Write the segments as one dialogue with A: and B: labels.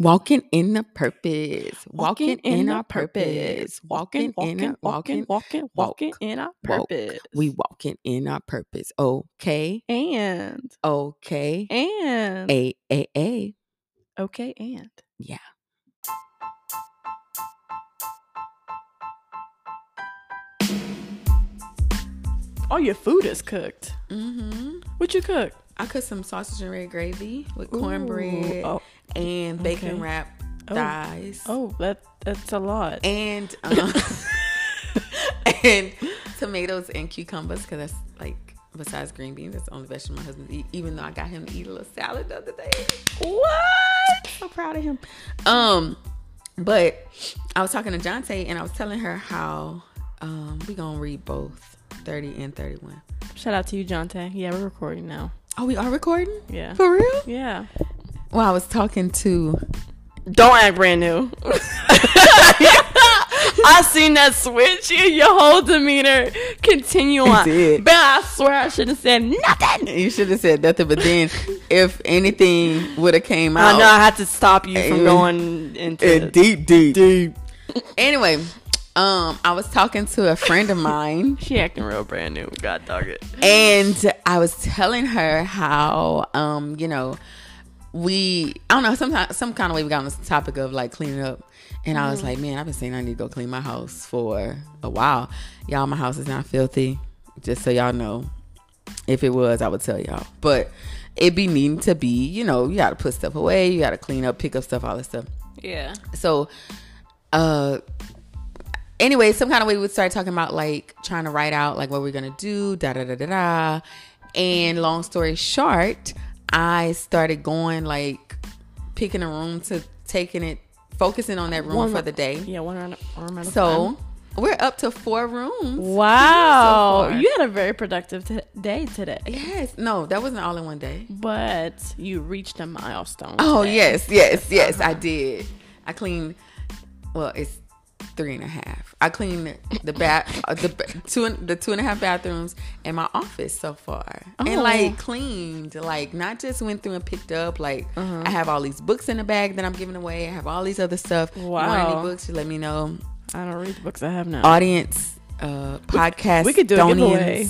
A: Walking in the purpose,
B: Walking
A: walking
B: in
A: in
B: the
A: our
B: purpose.
A: purpose, walking in our walking.
B: walking,
A: walk,
B: walking in our
A: walk.
B: purpose.
A: We walking in our purpose. Okay,
B: and
A: okay,
B: and
A: a a a.
B: okay and
A: Yeah.
B: All your food is cooked.
A: Mm-hmm.
B: What you cook?
A: I cooked some sausage and red gravy with
B: Ooh,
A: cornbread
B: Oh,
A: and bacon
B: okay.
A: wrap
B: Oh,
A: thighs.
B: oh, that that's a lot.
A: and um, and tomatoes and cucumbers because that's like besides green beans that's the only vegetable my husband eat even though i got him to eat a little salad the other day
B: what? So proud of him.
A: um but i was talking to Jonte and i was telling her how um we gonna read both 30 and 31
B: Shout out to you, Jonte. Yeah, we're recording now.
A: oh we are recording
B: Yeah.
A: for real
B: Yeah.
A: well i was talking to
B: Don't act brand new. I seen that switch in your whole demeanor continue on.
A: did.
B: But I swear I should have said nothing.
A: you should have said nothing but then if anything would have came out
B: I know I had to stop you
A: It
B: from
A: was-
B: going into
A: deep deep deep anyway um i was talking to a friend of mine
B: She acting real brand new. God dog it.
A: and I was telling her how, um, you know, we I don't know sometimes some kind of way we got on this topic of like cleaning up, and I was like, man, I've been saying I need to go clean my house for a while. Y'all, my house is not filthy. Just so y'all know, if it was, I would tell y'all. But it be needing to be, you know, you got to put stuff away, you got to clean up, pick up stuff, all this stuff
B: Yeah.
A: so uh anyway some kind of way we would start talking about like trying to write out like what we're gonna do da da da da da and long story short i started going like picking a room to taking it focusing on that room
B: One
A: for
B: ro-
A: the day
B: Yeah, one round arm at a time.
A: so we're up to four rooms
B: Wow.
A: So far.
B: you had a very productive t- day today.
A: yes no that wasn't all in one day
B: But you reached a milestone.
A: oh
B: today. Uh-huh.
A: yes yes yes i did i cleaned well it's three and a half i cleaned the bath uh, the ba- two and- the two and a half bathrooms and my office so far and
B: Oh.
A: like cleaned like not just went through and picked up like
B: Uh-huh.
A: i have all these books in the bag that i'm giving away i have all these other stuff You want
B: Wow.
A: any books you let me know
B: I don't read the books I have now.
A: audience uh podcast
B: we could do a giveaway.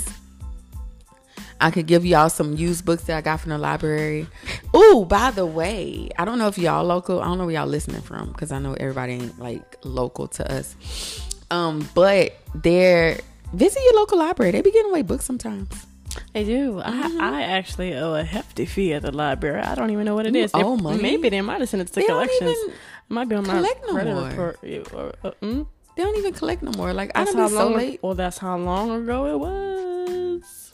A: I could give y'all some used books that I got from the library. Ooh, by the way, I don't know if y'all local. I don't know where y'all listening from because I know everybody ain't like local to us. Um, but they're visit your local library. They be giving away books sometimes.
B: I do.
A: Mm-hmm.
B: I, I actually owe a hefty fee at the library. I don't even know what it
A: You
B: is. They-
A: owe money?
B: Maybe they might have sent it to
A: They don't
B: collections.
A: even
B: it might be on my
A: collect no
B: credit
A: more.
B: report. Yeah, or- uh, mm?
A: They don't even collect no more. Like I
B: That's
A: done
B: how
A: been so
B: long.
A: late.
B: Well, that's how long ago it was.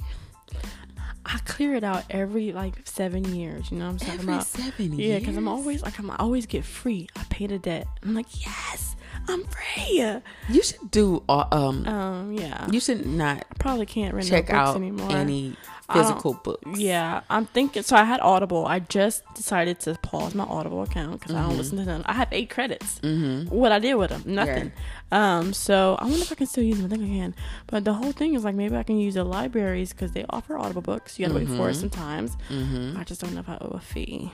B: I clear it out every like seven years. You know what I'm talking
A: Every
B: about?
A: seven
B: Yeah, because I'm
A: years?
B: always like I'm I always get free. I pay the debt. I'm like yes, I'm free.
A: You should do. Uh, um,
B: Um, yeah.
A: you should not
B: I probably can't rent no
A: check
B: books
A: out
B: anymore.
A: any
B: I don't-
A: physical books.
B: Yeah, I'm thinking. So I had Audible. I just decided to pause my Audible account because I don't listen to them. I have eight credits. Mm-hmm. What I did with them, nothing. Um, so I wonder if I can still use them. I think I can. But the whole thing is like maybe I can use the libraries because they offer Audible books. You gotta wait for it sometimes.
A: Mm-hmm.
B: I just don't know if I owe a fee.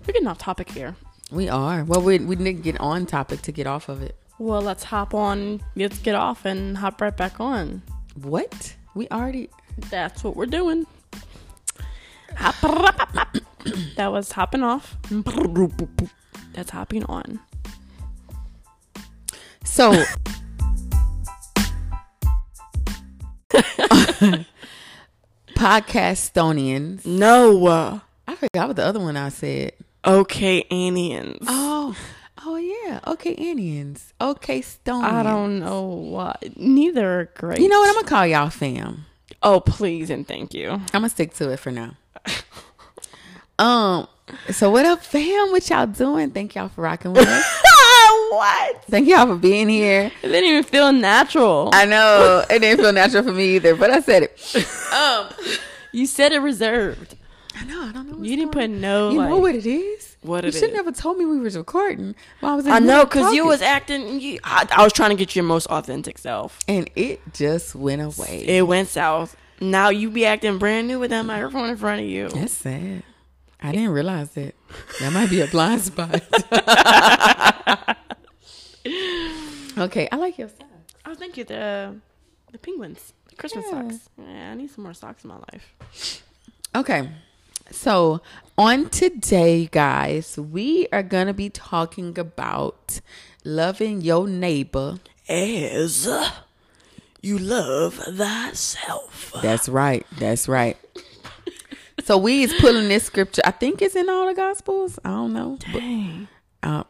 B: We're getting off topic here.
A: We are. Well, we we didn't get on topic to get off of it.
B: Well, let's hop on. Let's get off and hop right back on.
A: What? We already.
B: That's what we're doing. Hop- that was hopping off. That's hopping on.
A: So. Podcast Stonians.
B: No.
A: I forgot what the other one I said.
B: Okay, Anians.
A: Oh, oh yeah. Okay, Indians. Okay, Stonians.
B: I don't know why. Neither are great.
A: You know what? I'm gonna call y'all fam.
B: Oh, please and thank you.
A: I'm gonna stick to it for now. Um. So what up, fam? What y'all doing? Thank y'all for rocking with us.
B: what?
A: Thank y'all for being here.
B: It didn't even feel natural.
A: I know it didn't feel natural for me either, but I said it. Um,
B: you said it reserved.
A: I know. I don't know. what's
B: You didn't put
A: going
B: no.
A: on. You
B: like,
A: know what it is.
B: what
A: you
B: it
A: should
B: is.
A: never told me we was recording. While I was. in
B: I
A: the
B: know
A: middle of
B: because you
A: talking.
B: was acting. You, I, I was trying to get your most authentic self.
A: And it just went away.
B: It went south. Now you be acting brand new with that microphone in front of you.
A: That's sad. I didn't realize that. That might be a blind spot. okay, I like your socks.
B: Oh, thank you. The the penguins, the Christmas
A: Yeah.
B: socks. Yeah, I need some more socks in my life.
A: Okay. So, on today, guys, we are going to be talking about loving your neighbor.
B: Is you love thyself?
A: That's right. That's right. so, we is pulling this scripture. I think it's in all the gospels. I don't know. But,
B: Dang,
A: uh,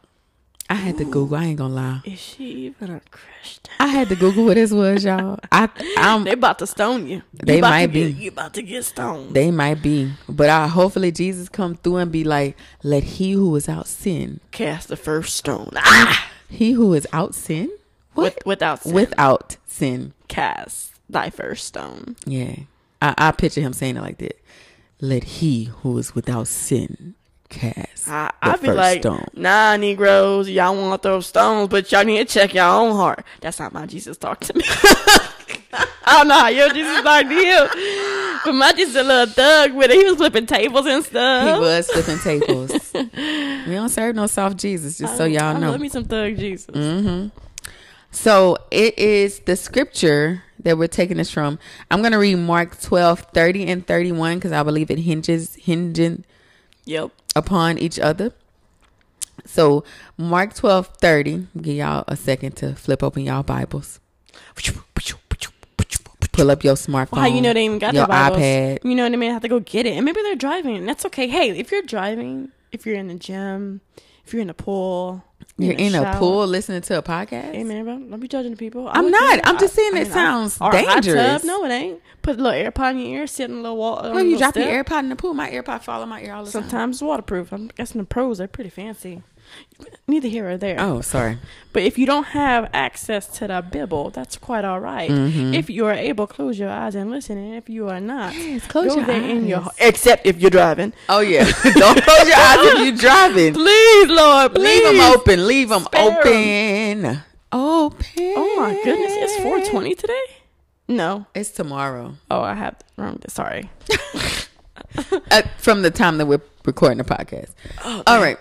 A: I had to Google. I ain't going to lie.
B: is she even a Christian?
A: I had to Google what this was, y'all. I, I'm,
B: They about to stone you. You
A: They
B: about to
A: might be.
B: get- you about to get stoned.
A: they might be, but I, hopefully Jesus come through and be like, "Let he who is out sin,
B: Cast the first stone. Ah!
A: he who is out sin, what
B: With, without sin.
A: without sin."
B: cast thy first stone.
A: Yeah. I, I picture him saying it like that. Let he who is without sin cast
B: Ah, I,
A: the
B: I'd be
A: first
B: like,
A: stone.
B: nah, Negroes, y'all want to throw stones, but y'all need to check your own heart. That's not my Jesus talk to me. I don't know how your Jesus talk to you, but my Jesus a little thug with it. He was flipping tables and
A: He
B: stuff.
A: was flipping tables. we don't serve no soft Jesus, just so y'all know.
B: I
A: Mm-hmm.
B: love Oh, me some thug Jesus.
A: so it is the scripture that we're taking this from. I'm gonna read Mark 12, 30 and 31 because I believe it hinges hinging
B: Yep.
A: upon each other. So Mark 12, 30. Give y'all a second to flip open y'all Bibles. Pull up your smartphone.
B: Well, how you know they even got
A: your
B: their Bibles?
A: iPad.
B: You know what I mean? I have to go get it, and maybe they're driving, and that's okay. Hey, if you're driving, if you're in the gym, if you're in the pool,
A: You're in a,
B: shower,
A: pool listening to a podcast?
B: Hey man, bro, don't be judging the people. I
A: I'm
B: would
A: not.
B: do
A: I'm just saying it
B: I-
A: sounds
B: or a hot
A: dangerous.
B: tub. No, it ain't. Put a little AirPod in your ear, sit in a little wall.
A: Well, you drop your AirPod in the pool. My AirPod fall on my ear all the time.
B: Sometimes it's waterproof. I'm guessing the pros are pretty fancy. Neither here or there.
A: Oh, sorry.
B: But if you don't have access to the Bible, that's quite all right. If you are able, close your eyes and listen. And if you are not,
A: Yes, close
B: go
A: your
B: there in your
A: eyes.
B: except if you're driving.
A: Oh yeah. Don't close your eyes if you're driving.
B: Please, Lord, please.
A: Leave them open. Leave them
B: Spare
A: 'em. open. Open.
B: Oh my goodness, it's 4:20 today. No,
A: It's tomorrow.
B: oh, I have wrong. Sorry.
A: Uh, from the time that we're recording the podcast. all right.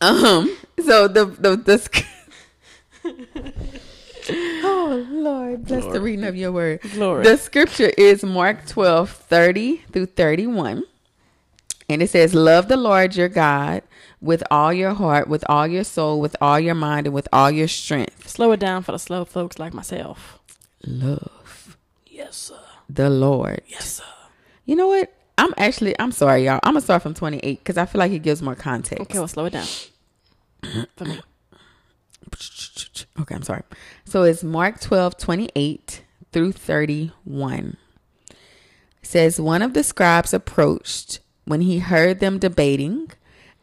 A: Um. So the the the. sc- oh Lord, bless the reading of your word.
B: Glory.
A: The scripture is Mark 12, 30 through 31. And it says, Love the Lord your God with all your heart, with all your soul, with all your mind, and with all your strength.
B: Slow it down for the slow folks like myself.
A: Love
B: Yes, sir.
A: the Lord.
B: Yes, sir.
A: You know what? I'm actually, I'm sorry, y'all. I'm going to start from 28 because I feel like it gives more context.
B: Okay, well, slow it down for me.
A: Okay, I'm sorry. So it's Mark 12, 28 through 31. It says, One of the scribes approached when he heard them debating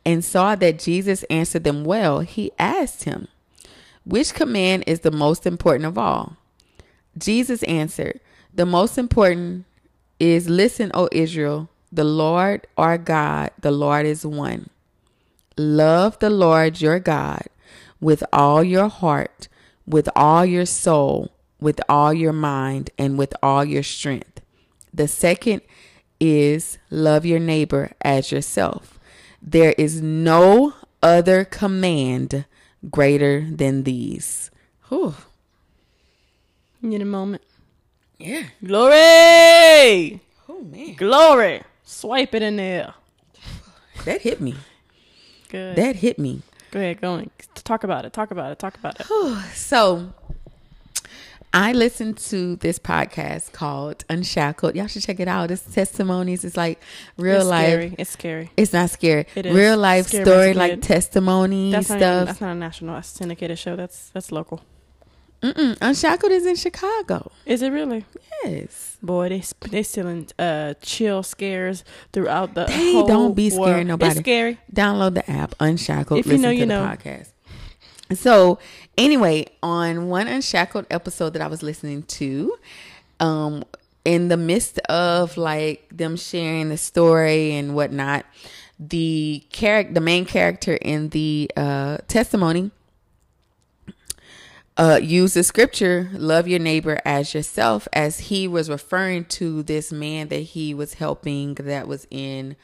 A: and saw that Jesus answered them well. He asked him, Which command is the most important of all? Jesus answered, The most important is, Listen, O Israel, the Lord our God, the Lord is one. Love the Lord your God with all your heart, with all your soul, with all your mind, and with all your strength. The second is love your neighbor as yourself. There is no other command greater than these. Whew.
B: You Need a moment.
A: Yeah.
B: Glory,
A: Oh man,
B: glory. Swipe it in there.
A: that hit me.
B: Good.
A: That hit me.
B: Go ahead, going. Talk about it. Talk about it. Talk about it.
A: So I listened to this podcast called Unshackled. Y'all should check it out. It's testimonies. It's like real
B: it's
A: life.
B: Scary. It's scary.
A: It's not scary.
B: It is.
A: Real life
B: Scary
A: story,
B: as a
A: like
B: kid.
A: testimony
B: That's not, even,
A: stuff.
B: that's not a national that's syndicated show. That's that's local.
A: Mm-mm. Unshackled is in Chicago.
B: Is it really?
A: Yes.
B: Boy, they sp- they stealing uh chill scares throughout the.
A: They
B: whole
A: don't be scaring
B: world.
A: nobody.
B: It's scary.
A: Download the app Unshackled.
B: If you
A: Listen
B: know,
A: to
B: you
A: the
B: know.
A: podcast. So, anyway, on one Unshackled episode that I was listening to, um, in the midst of like them sharing the story and whatnot, the character, the main character in the uh, testimony, uh, use the scripture, love your neighbor as yourself, as he was referring to this man that he was helping that was in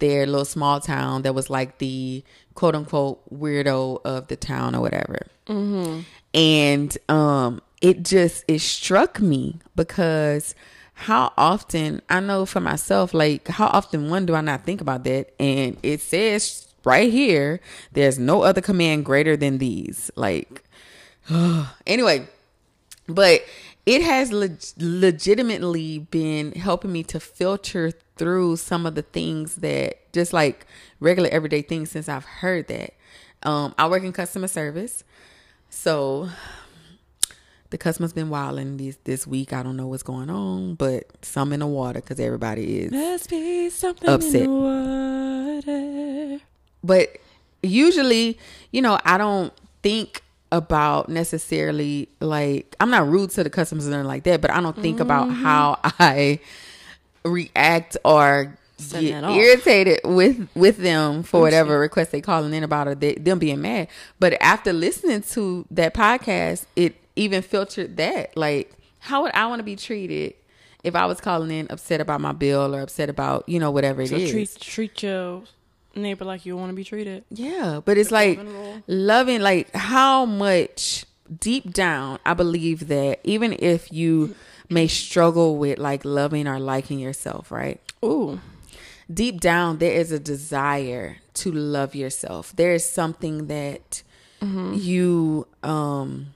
A: their little small town that was like the quote unquote weirdo of the town or whatever. Mm-hmm. And um, it just it struck me because how often I know for myself, like how often one do I not think about that? And it says right here, there's no other command greater than these. Like, anyway, but it has leg- legitimately been helping me to filter through some of the things that just like regular everyday things since I've heard that. Um, I work in customer service, so the customer's been wilding this this week. I don't know what's going on, but some in the water because everybody is
B: Must be something
A: Upset.
B: in the water.
A: but usually, you know, I don't think about necessarily like I'm not rude to the customers and like that, but I don't think about
B: Mm-hmm.
A: how I react or
B: Send
A: get
B: that off.
A: irritated with with them for whatever request they calling in about or they, them being mad. But after listening to that podcast, it even filtered that like how would I want to be treated if I was calling in upset about my bill or upset about you know whatever it is.
B: So treat treat your neighbor like you want to be treated.
A: Yeah, but it's like
B: golden rule.
A: loving like how much deep down I believe that even if you may struggle with like loving or liking yourself, right?
B: Ooh,
A: Deep down there is a desire to love yourself. There is something that you um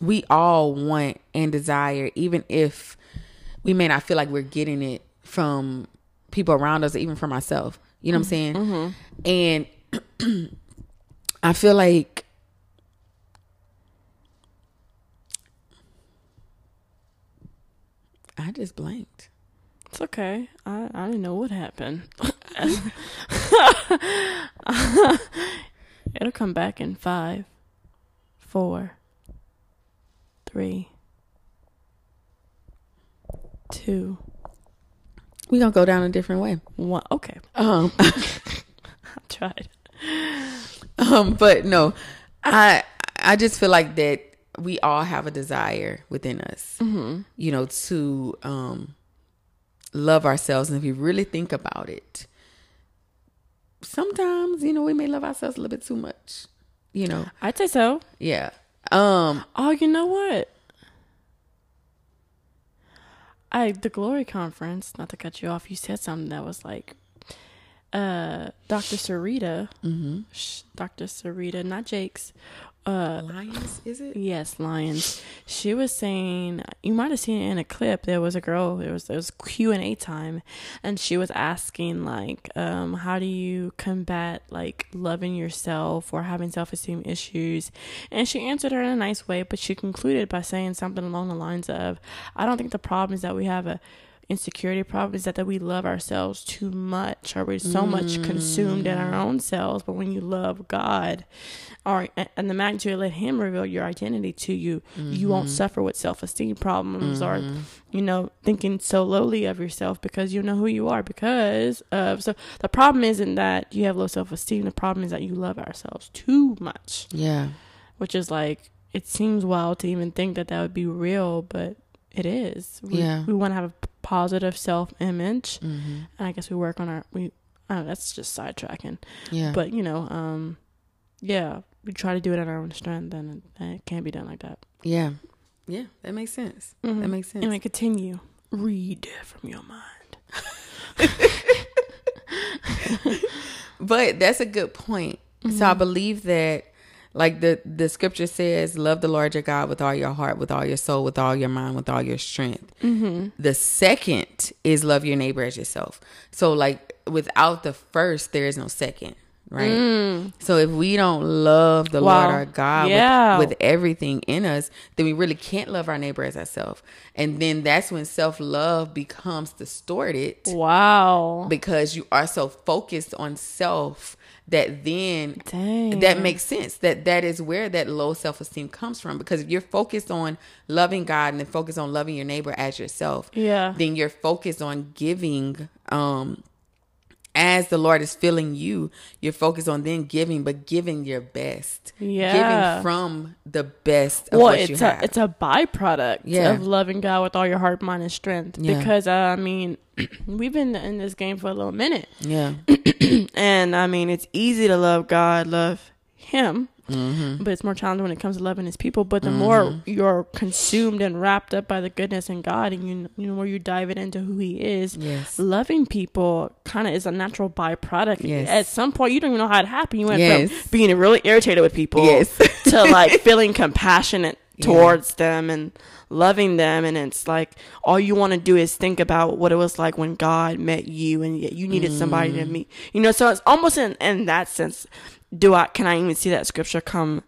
A: we all want and desire even if we may not feel like we're getting it from people around us, even from myself. You know what I'm saying? And I feel like I just blanked.
B: it's okay. I I didn't know what happened. It'll come back in five, four, three, two,
A: We gonna go down a different way.
B: one. Okay,
A: Um,
B: I tried.
A: um, but no, I I just feel like that we all have a desire within us, you know, to um, love ourselves. And if you really think about it, sometimes you know we may love ourselves a little bit too much, you know.
B: I'd say so.
A: Yeah. Um.
B: Oh, you know what? I the glory conference. Not to cut you off, you said something that was like, uh, Dr. Sarita, mm-hmm. sh- Dr. Sarita, not Jake's. Uh,
A: Lions, is it?
B: yes, Lions. She was saying you might have seen it in a clip. There was a girl. It was it was Q and A time, and she was asking like, um, how do you combat like loving yourself or having self esteem issues? And she answered her in a nice way, but she concluded by saying something along the lines of, I don't think the problem is that we have a insecurity problem is that, that we love ourselves too much or we're so much consumed in our own selves but when you love god or and the magnitude let him reveal your identity to you
A: Mm-hmm.
B: you won't suffer with self-esteem problems or you know thinking so lowly of yourself because you know who you are because of so the problem isn't that you have low self-esteem the problem is that you love ourselves too much
A: Yeah.
B: which is like it seems wild to even think that that would be real, but it is. We,
A: Yeah.
B: we want to have a p- positive self image,
A: Mm-hmm.
B: and I guess we work on our we. I don't know, that's just sidetracking,
A: Yeah.
B: but you know, um, yeah, we try to do it on our own strength, and it- and it can't be done like that.
A: yeah. Yeah. That makes sense. Mm-hmm.
B: Mhm.
A: That makes sense.
B: Anyway, continue. Read from your mind.
A: but that's a good point. So
B: Mm-hmm.
A: I believe that like the the scripture says, love the Lord your God with all your heart, with all your soul, with all your mind, with all your strength.
B: Mm-hmm.
A: The second is love your neighbor as yourself. So like without the first, there is no second, right? So if we don't love the
B: Mm. Wow.
A: Lord our God with-
B: Yeah.
A: with, everything in us, then we really can't love our neighbor as ourselves. And then that's when self love becomes distorted
B: Wow.
A: because you are so focused on self that then
B: Dang.
A: that makes sense that that is where that low self-esteem comes from because if you're focused on loving god and then focused on loving your neighbor as yourself
B: Yeah.
A: then you're focused on giving um as the Lord is filling you, you're focused on then giving, but giving your best.
B: Yeah.
A: Giving from the best of
B: well,
A: what you
B: it's a
A: have.
B: it's a byproduct
A: Yeah.
B: of loving God with all your heart, mind, and strength.
A: Yeah.
B: Because uh, I mean, we've been in this game for a little minute,
A: yeah.
B: and I mean, it's easy to love God, love Him,
A: Mm-hmm.
B: but it's more challenging when it comes to loving His people. But the more you're consumed and wrapped up by the goodness in God, and you you know more you dive it into who He is,
A: Yes.
B: loving people kind of is a natural byproduct.
A: Yes.
B: At some point, you don't even know how it happened. You went
A: Yes.
B: from being really irritated with people
A: Yes.
B: to like feeling compassionate towards them and loving them. And it's like all you want to do is think about what it was like when God met you and yet you needed somebody to meet. You know, so it's almost in, in that sense. Do I can I even see that scripture come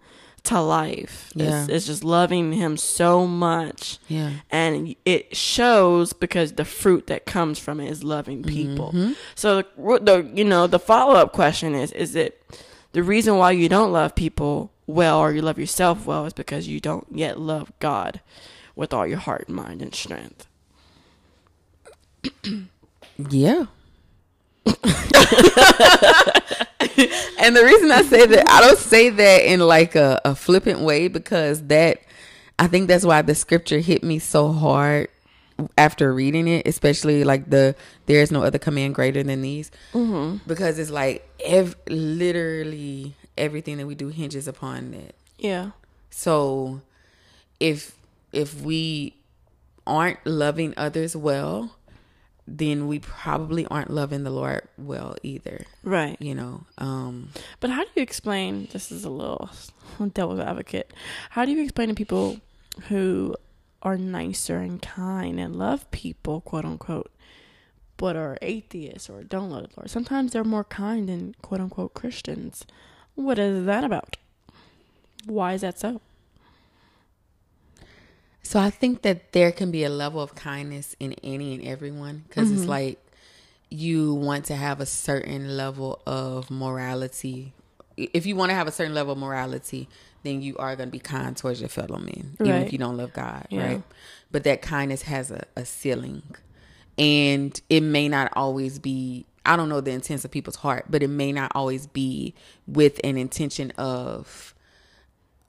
B: to life? It's,
A: Yeah.
B: it's just loving Him so much
A: Yeah.
B: and it shows because the fruit that comes from it is loving
A: Mm-hmm.
B: people. So the, the you know the follow up question is is it the reason why you don't love people well or you love yourself well is because you don't yet love God with all your heart, mind, and strength.
A: Yeah. and the reason I say that, I don't say that in like a, a flippant way because that, I think that's why the scripture hit me so hard after reading it, especially like the there is no other command greater than these, mm-hmm. because it's like ev- literally everything that we do hinges upon that.
B: Yeah.
A: So if if we aren't loving others well, then we probably aren't loving the Lord well either.
B: Right.
A: You know. Um
B: But how do you explain? This is a little devil's advocate. How do you explain to people who are nicer and kind and love people, quote unquote, but are atheists or don't love the Lord? Sometimes they're more kind than quote unquote Christians. What is that about? Why is that so?
A: so I think that there can be a level of kindness in any and everyone because it's
B: Mm-hmm.
A: like you want to have a certain level of morality. If you want to have a certain level of morality, then you are going to be kind towards your fellow men, even
B: Right.
A: if you don't love God,
B: Yeah.
A: right? But that kindness has a, a ceiling, and it may not always be. I don't know the intents of people's heart, but it may not always be with an intention of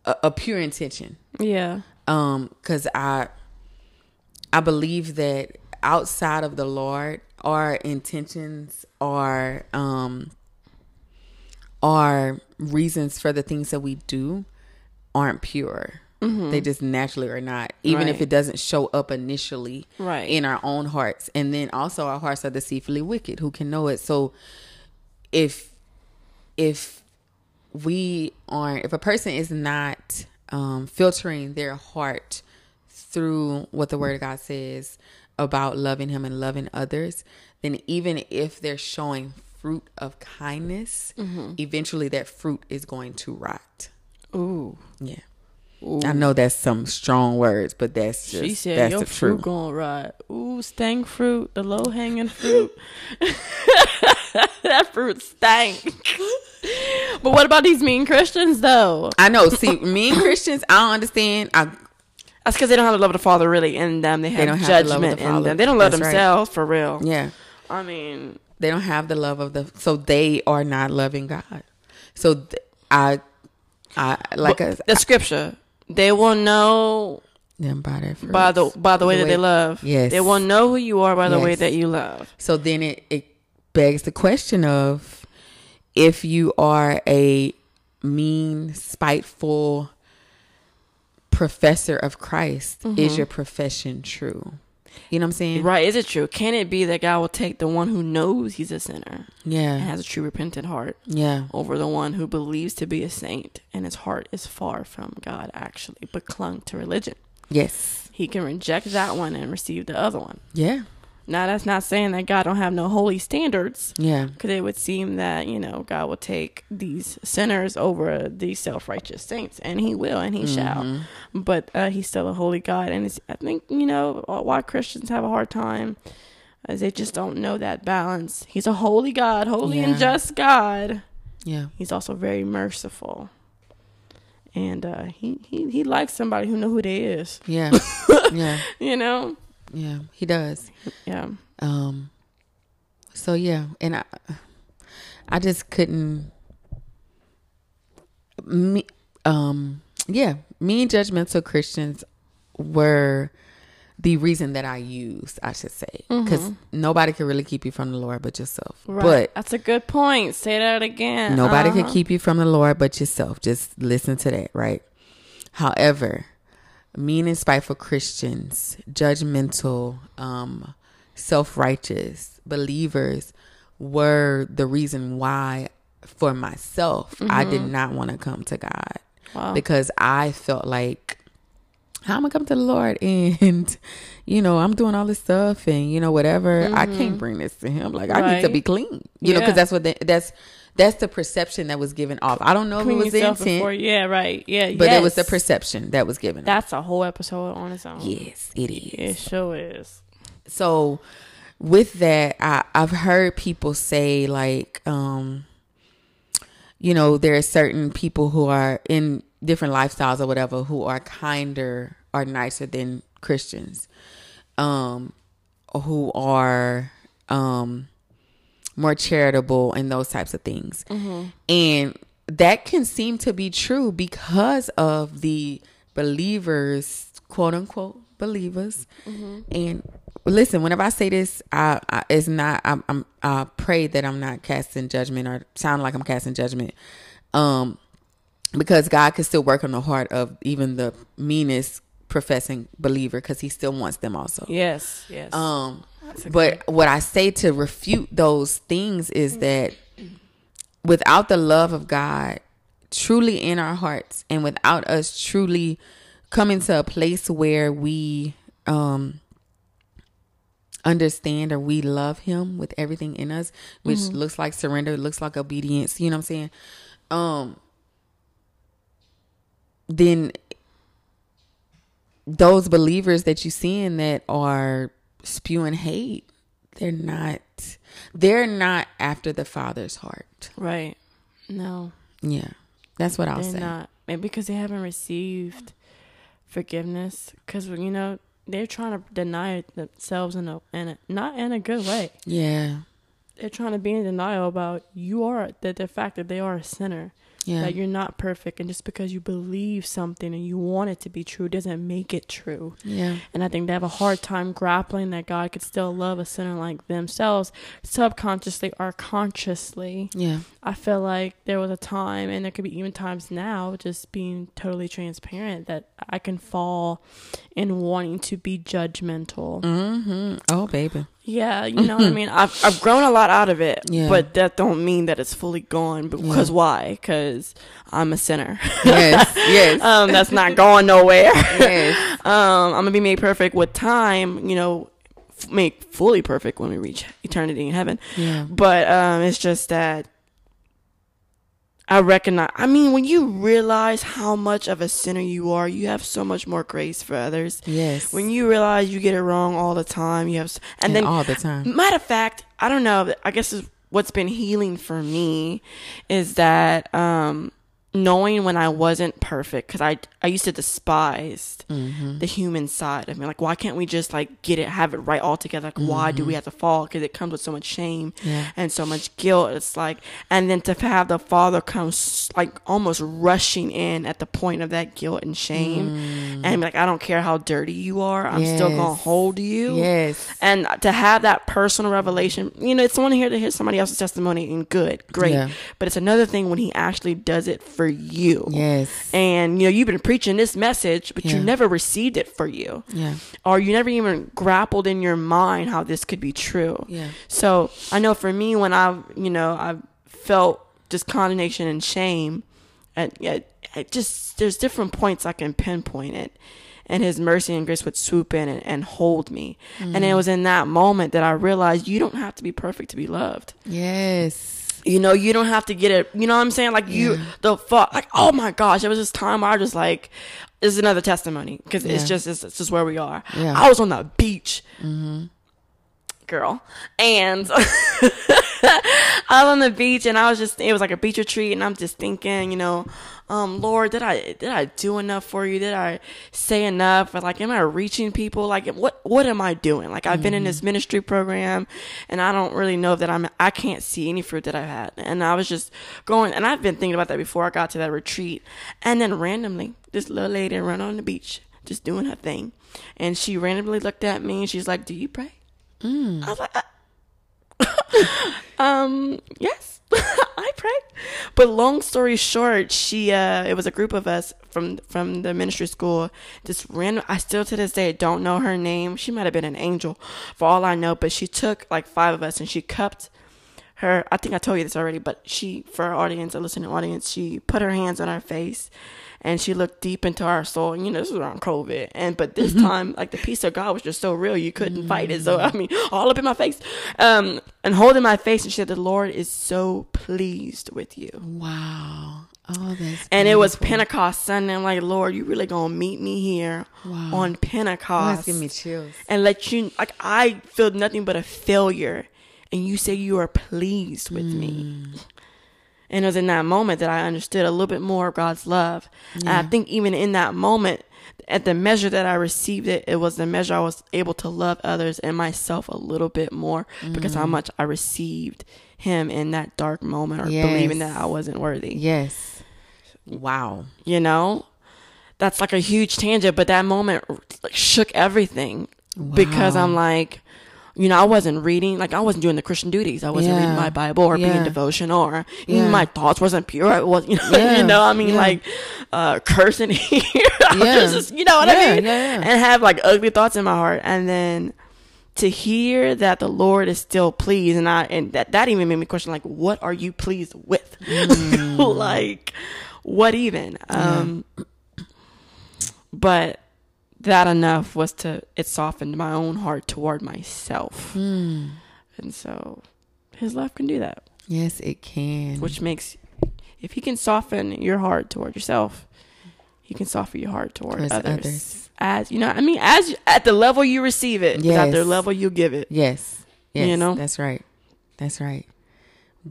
A: a, a pure intention
B: Yeah.
A: um because i i believe that outside of the lord our intentions are um our reasons for the things that we do aren't pure they just naturally are not even if
B: Mm-hmm. Right.
A: it doesn't show up initially
B: Right.
A: in our own hearts and then also our hearts are deceitfully wicked who can know it so if if we aren't if a person is not um, filtering their heart through what the word of god says about loving him and loving others then even if they're showing fruit of kindness
B: Mm-hmm.
A: eventually that fruit is going to rot
B: Ooh.
A: yeah i know that's some strong words but that's just
B: She said,
A: that's
B: "Your
A: the
B: fruit
A: truth
B: gonna rot. Ooh, stank fruit, the low hanging fruit. that fruit stank." but what about these mean Christians though?
A: i know see mean christians i don't understand i
B: That's because they don't have the love of the Father really in them. They have
A: don't have the love of the
B: judgment in
A: Father.
B: them. They don't love
A: That's right.
B: themselves for real.
A: yeah
B: I mean,
A: they don't have the love of the so they are not loving god so th- i i like
B: but
A: I,
B: the scripture. They will know
A: them by their fruits.
B: by the by the way
A: The
B: that they
A: way-
B: love.
A: Yes.
B: They will know who you are by the way
A: Yes.
B: that you love.
A: so then it it begs the question of if you are a mean spiteful professor of christ is your profession true you know what i'm saying
B: Mm-hmm. Right? Is it true? Can it be that God will take the one who knows he's a sinner and
A: yeah
B: has a true repentant heart
A: yeah
B: over the one who believes to be a saint and his heart is far from God actually, but clung to religion.
A: yes
B: He can reject that one and receive the other one.
A: yeah
B: Now that's not saying that God don't have no holy standards,
A: yeah
B: because it would seem that you know God will take these sinners over these self-righteous saints, and He will, and He
A: Mm-hmm.
B: shall. But uh, He's still a holy God, and it's, I think you know why Christians have a hard time is they just don't know that balance. He's a holy God, holy and
A: Yeah.
B: just God.
A: yeah
B: He's also very merciful, and uh, he he he likes somebody who know who they is.
A: yeah yeah
B: You know,
A: yeah he does
B: yeah.
A: Um. So yeah, and I, I just couldn't. Me, um, yeah, mean judgmental Christians were the reason that I used, I should say, because nobody can really keep you from the Lord but yourself. But
B: that's a good point. Say that again.
A: Nobody
B: Uh-huh.
A: can keep you from the Lord but yourself. Just listen to that, right? However, mean and spiteful Christians, judgmental, um, self righteous believers were the reason why, for myself, I did not want to come to God
B: Mm-hmm. Wow.
A: because I felt like how am I coming to the Lord and you know I'm doing all this stuff and you know whatever I can't bring this to Him like I need to
B: Mm-hmm. Right.
A: be clean you know
B: Yeah.
A: because that's what the, that's that's the perception that was given off I don't know if
B: Clean
A: it was the
B: yourself
A: intent
B: before- Yeah, right. Yeah,
A: but it was the
B: yes.
A: perception that was given off.
B: That's a whole episode on its own.
A: yes it is
B: It sure is.
A: so with that I, I've heard people say like um you know there are certain people who are in different lifestyles or whatever who are kinder or nicer than christians um who are um more charitable and those types of things and that can seem to be true because of the believers quote unquote believers and listen whenever i say this i, I it's not I'm, I'm i pray that i'm not casting judgment or sound like i'm casting judgment um because God can still work on the heart of even the meanest professing believer because he still wants them also.
B: Yes, yes.
A: Um
B: That's a
A: but what I say to refute those things is
B: Mm.
A: that without the love of God truly in our hearts and without us truly coming to a place where we um understand or we love him with everything in us which
B: Mm-hmm.
A: looks like surrender looks like obedience you know what i'm saying um then those believers that you seeing that are spewing hate they're not they're not after the father's heart
B: right. No,
A: yeah that's what i'll
B: they're
A: say
B: not. And because they haven't received forgiveness, because you know they're trying to deny it themselves in a, in a not in a good way.
A: yeah
B: They're trying to be in denial about you are that the fact that they are a sinner,
A: yeah
B: that you're not perfect, and just because you believe something and you want it to be true doesn't make it true.
A: yeah
B: And I think they have a hard time grappling that God could still love a sinner like themselves, subconsciously or consciously.
A: yeah
B: I feel like there was a time, and there could be even times now, just being totally transparent, that I can fall in wanting to be judgmental.
A: mm-hmm oh baby
B: Yeah, you know what I mean? I've, I've grown a lot out of it,
A: Yeah.
B: but that don't mean that it's fully gone. Because why? Because I'm a sinner.
A: yes yes
B: um, that's not going nowhere.
A: yes
B: um, I'm gonna be made perfect with time. You know, f- make fully perfect when we reach eternity in heaven.
A: yeah
B: But um, it's just that I recognize. I mean, when you realize how much of a sinner you are, you have so much more grace for others.
A: yes
B: When you realize you get it wrong all the time, you have, s- and,
A: and
B: then Mm-hmm.
A: all the time
B: Matter of fact, I don't know. I guess is what's been healing for me is that um, knowing when I wasn't perfect because I I used to despise
A: Mm-hmm.
B: the human side of me. Like, why can't we just like get it, have it right all together? Like, why do we have to fall? Because it comes with so much shame
A: Mm-hmm. Yeah.
B: and so much guilt. It's like, and then to have the father come s- like almost rushing in at the point of that guilt and shame, and be like, I don't care how dirty you are, I'm still gonna
A: Mm. Yes.
B: hold you
A: yes
B: and to have that personal revelation you know it's one here to hear somebody else's testimony and good great
A: Yeah.
B: but it's another thing when he actually does it for you
A: yes
B: and you know you've been preaching this message but you
A: Yeah.
B: never received it for you
A: yeah
B: or you never even grappled in your mind how this could be true
A: Yeah.
B: so i know for me when i've you know i've felt just condemnation and shame and yet it just there's different points i can pinpoint it and his mercy and grace would swoop in and, and hold me and
A: Mm.
B: it was in that moment that i realized you don't have to be perfect to be loved
A: yes
B: you know you don't have to get it you know what i'm saying like you the fuck like oh my gosh there was this time where i just like this is another testimony because it's
A: Yeah. Mm-hmm.
B: just it's, it's just where we are
A: Yeah.
B: i was on the beach girl. And I was on the beach and I was just it was like a beach retreat and I'm just thinking, you know, um, Lord, did I did I do enough for you? Did I say enough? Or like am I reaching people? Like what what am I doing? Like I've been in this ministry program and I don't really know that I'm I can't see any fruit that I've had. And I was just going and I've been thinking about that before I got to that retreat. And then randomly, this little lady ran on the beach, just doing her thing. And she randomly looked at me and she's like, Do you pray? I was like, "Uh, um yes i pray but long story short she uh it was a group of us from from the ministry school just random i still to this day don't know her name she might have been an angel for all i know but she took like five of us and she cupped her i think i told you this already but she for our audience a listening audience she put her hands on our face and she looked deep into our soul and you know this was around covid and but this
A: Mm-hmm.
B: time like the peace of god was just so real you couldn't fight it so
A: Mm.
B: i mean all up in my face um and holding my face and she said the lord is so pleased with you
A: Wow. Oh, that's
B: and it was
A: beautiful.
B: pentecost sunday i'm like lord you really gonna meet me here
A: Wow.
B: on
A: Oh,
B: pentecost
A: that's giving me chills.
B: and let you like I feel nothing but a failure and you say you are pleased with me. And it was in that moment that I understood a little bit more of God's love. And I think even in that moment, at the measure that I received it, it was the measure I was able to love others and myself a little bit more because how much I received him in that dark moment or believing
A: Yes.
B: that I wasn't worthy
A: Yes. Wow.
B: you know that's like a huge tangent but that moment like, shook everything because i'm like you know i wasn't reading like i wasn't doing the christian duties i wasn't
A: Yeah.
B: reading my bible or
A: Yeah.
B: being devotional or
A: Yeah.
B: my thoughts wasn't pure i was you know
A: Yeah.
B: you know i mean
A: Yeah.
B: like uh cursing here
A: Yeah.
B: yeah. just, you know what
A: Yeah,
B: i mean
A: yeah, yeah.
B: and have like ugly thoughts in my heart and then to hear that the Lord is still pleased, and I and that that even made me question like, what are you pleased with?
A: Mm.
B: like, what even? Um, but that enough was to it softened my own heart toward myself,
A: Mm.
B: and so His love can do that,
A: Yes, it can.
B: which makes if He can soften your heart toward yourself, He can soften your heart toward
A: Towards
B: others.
A: others.
B: As you know, I mean, as you- at the level you receive it, 'cause at their
A: Yes.
B: level you give it.
A: yes. Yes.
B: You know?
A: That's right. That's right.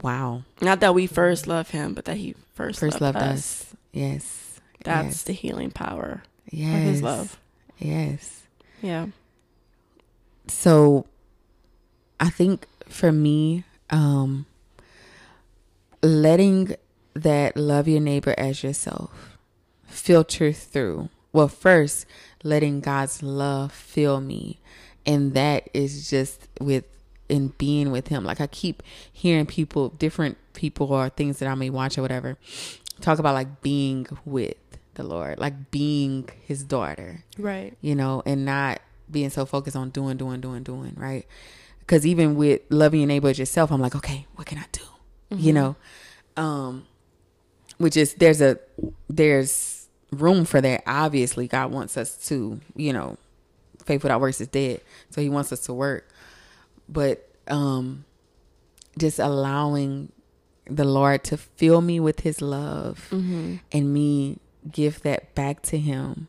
A: Wow.
B: Not that we first love him, but that he first,
A: First
B: loved,
A: loved
B: us.
A: us. Yes.
B: That's
A: yes.
B: the healing power
A: yes.
B: of his love.
A: Yes.
B: Yeah.
A: So I think for me, um, letting that love your neighbor as yourself filter through. Well, first, letting God's love fill me. And that is just with in being with him. Like I keep hearing people, different people or things that I may watch or whatever, talk about like being with the Lord, like being his daughter
B: Right.
A: you know, and not being so focused on doing, doing, doing, doing, right? Because even with loving your neighbor as yourself, I'm like, okay, what can I do? You know, um, which is there's a there's room for that. Obviously, God wants us to, you know, faith without works is dead, so He wants us to work, but um, just allowing the Lord to fill me with His love and me give that back to Him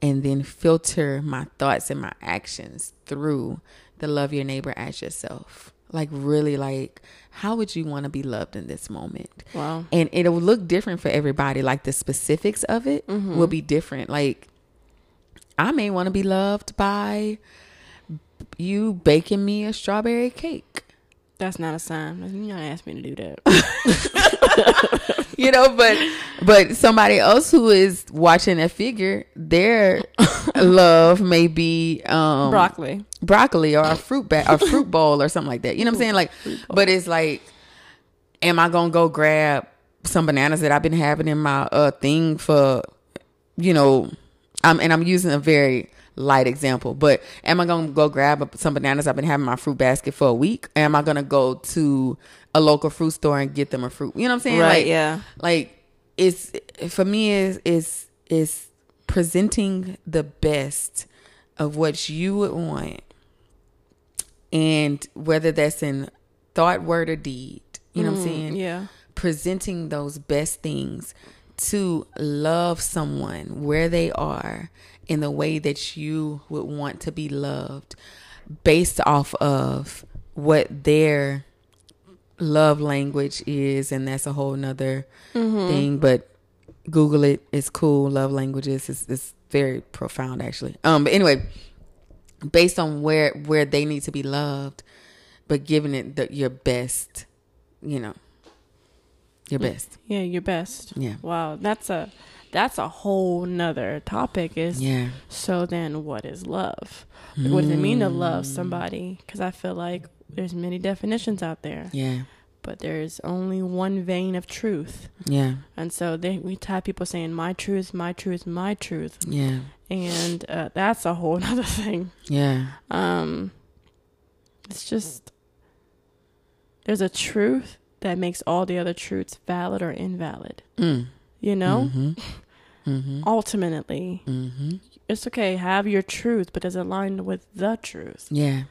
A: and then filter my thoughts and my actions through the love your neighbor as yourself. Like, really, like, how would you want to be loved in this moment?
B: Wow.
A: And it'll look different for everybody. Like, the specifics of it will be different. Like, I may want to be loved by you baking me a strawberry cake.
B: That's not a sign. You're not asking me to do that.
A: you know but but somebody else who is watching that figure their love may be um
B: Broccoli.
A: broccoli or a fruit ba- a fruit bowl or something like that you know what i'm saying like but it's like am i gonna go grab some bananas that i've been having in my uh thing for you know um and i'm using a very light example but am i gonna go grab some bananas i've been having in my fruit basket for a week am i gonna go to a local fruit store and get them a fruit you know what i'm saying
B: Right,
A: like
B: yeah.
A: like it's for me is is is presenting the best of what you would want and whether that's in thought word or deed you know what i'm saying
B: Yeah.
A: presenting those best things to love someone where they are in the way that you would want to be loved based off of what their love language is, and that's a whole nother thing. But Google it; it's cool. Love languages is it's very profound, actually. Um, but anyway, based on where where they need to be loved, but giving it the, your best, you know, your best.
B: Yeah, your best.
A: Yeah.
B: Wow, that's a that's a whole nother topic. Is
A: Yeah.
B: so then what is love? What does it mean
A: Mm.
B: to love somebody? Because I feel like there's many definitions out there,
A: Yeah.
B: but there's only one vein of truth.
A: Yeah.
B: And so they, we have people saying my truth, my truth, my truth,
A: Yeah.
B: and uh, that's a whole nother thing.
A: Yeah.
B: Um, it's just there's a truth that makes all the other truths valid or invalid.
A: Mm.
B: You know,
A: Mm-hmm.
B: ultimately,
A: Mm-hmm.
B: it's okay have your truth but does it align with the truth
A: Yeah.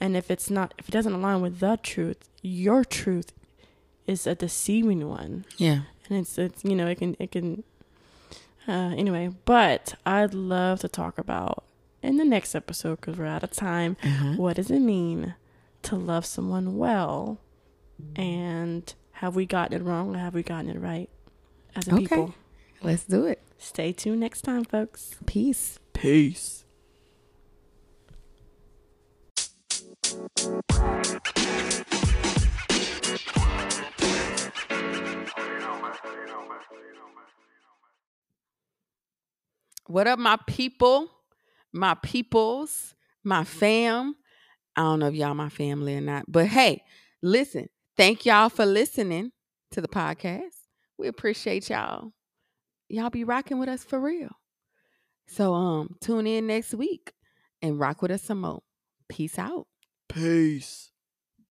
B: and if it's not if it doesn't align with the truth your truth is a deceiving one
A: Yeah.
B: and it's it's you know it can it can uh anyway but i'd love to talk about in the next episode because we're out of time
A: Uh-huh.
B: what does it mean to love someone well and have we gotten it wrong or have we gotten it right as a
A: Okay.
B: people
A: Let's do it.
B: stay tuned next time folks
A: Peace.
B: peace
A: What up, my people, my peoples, my fam? I don't know if y'all my family or not, but hey, listen, thank y'all for listening to the podcast. We appreciate y'all. Y'all be rocking with us for real. So um tune in next week and rock with us some more. Peace out.
C: Peace.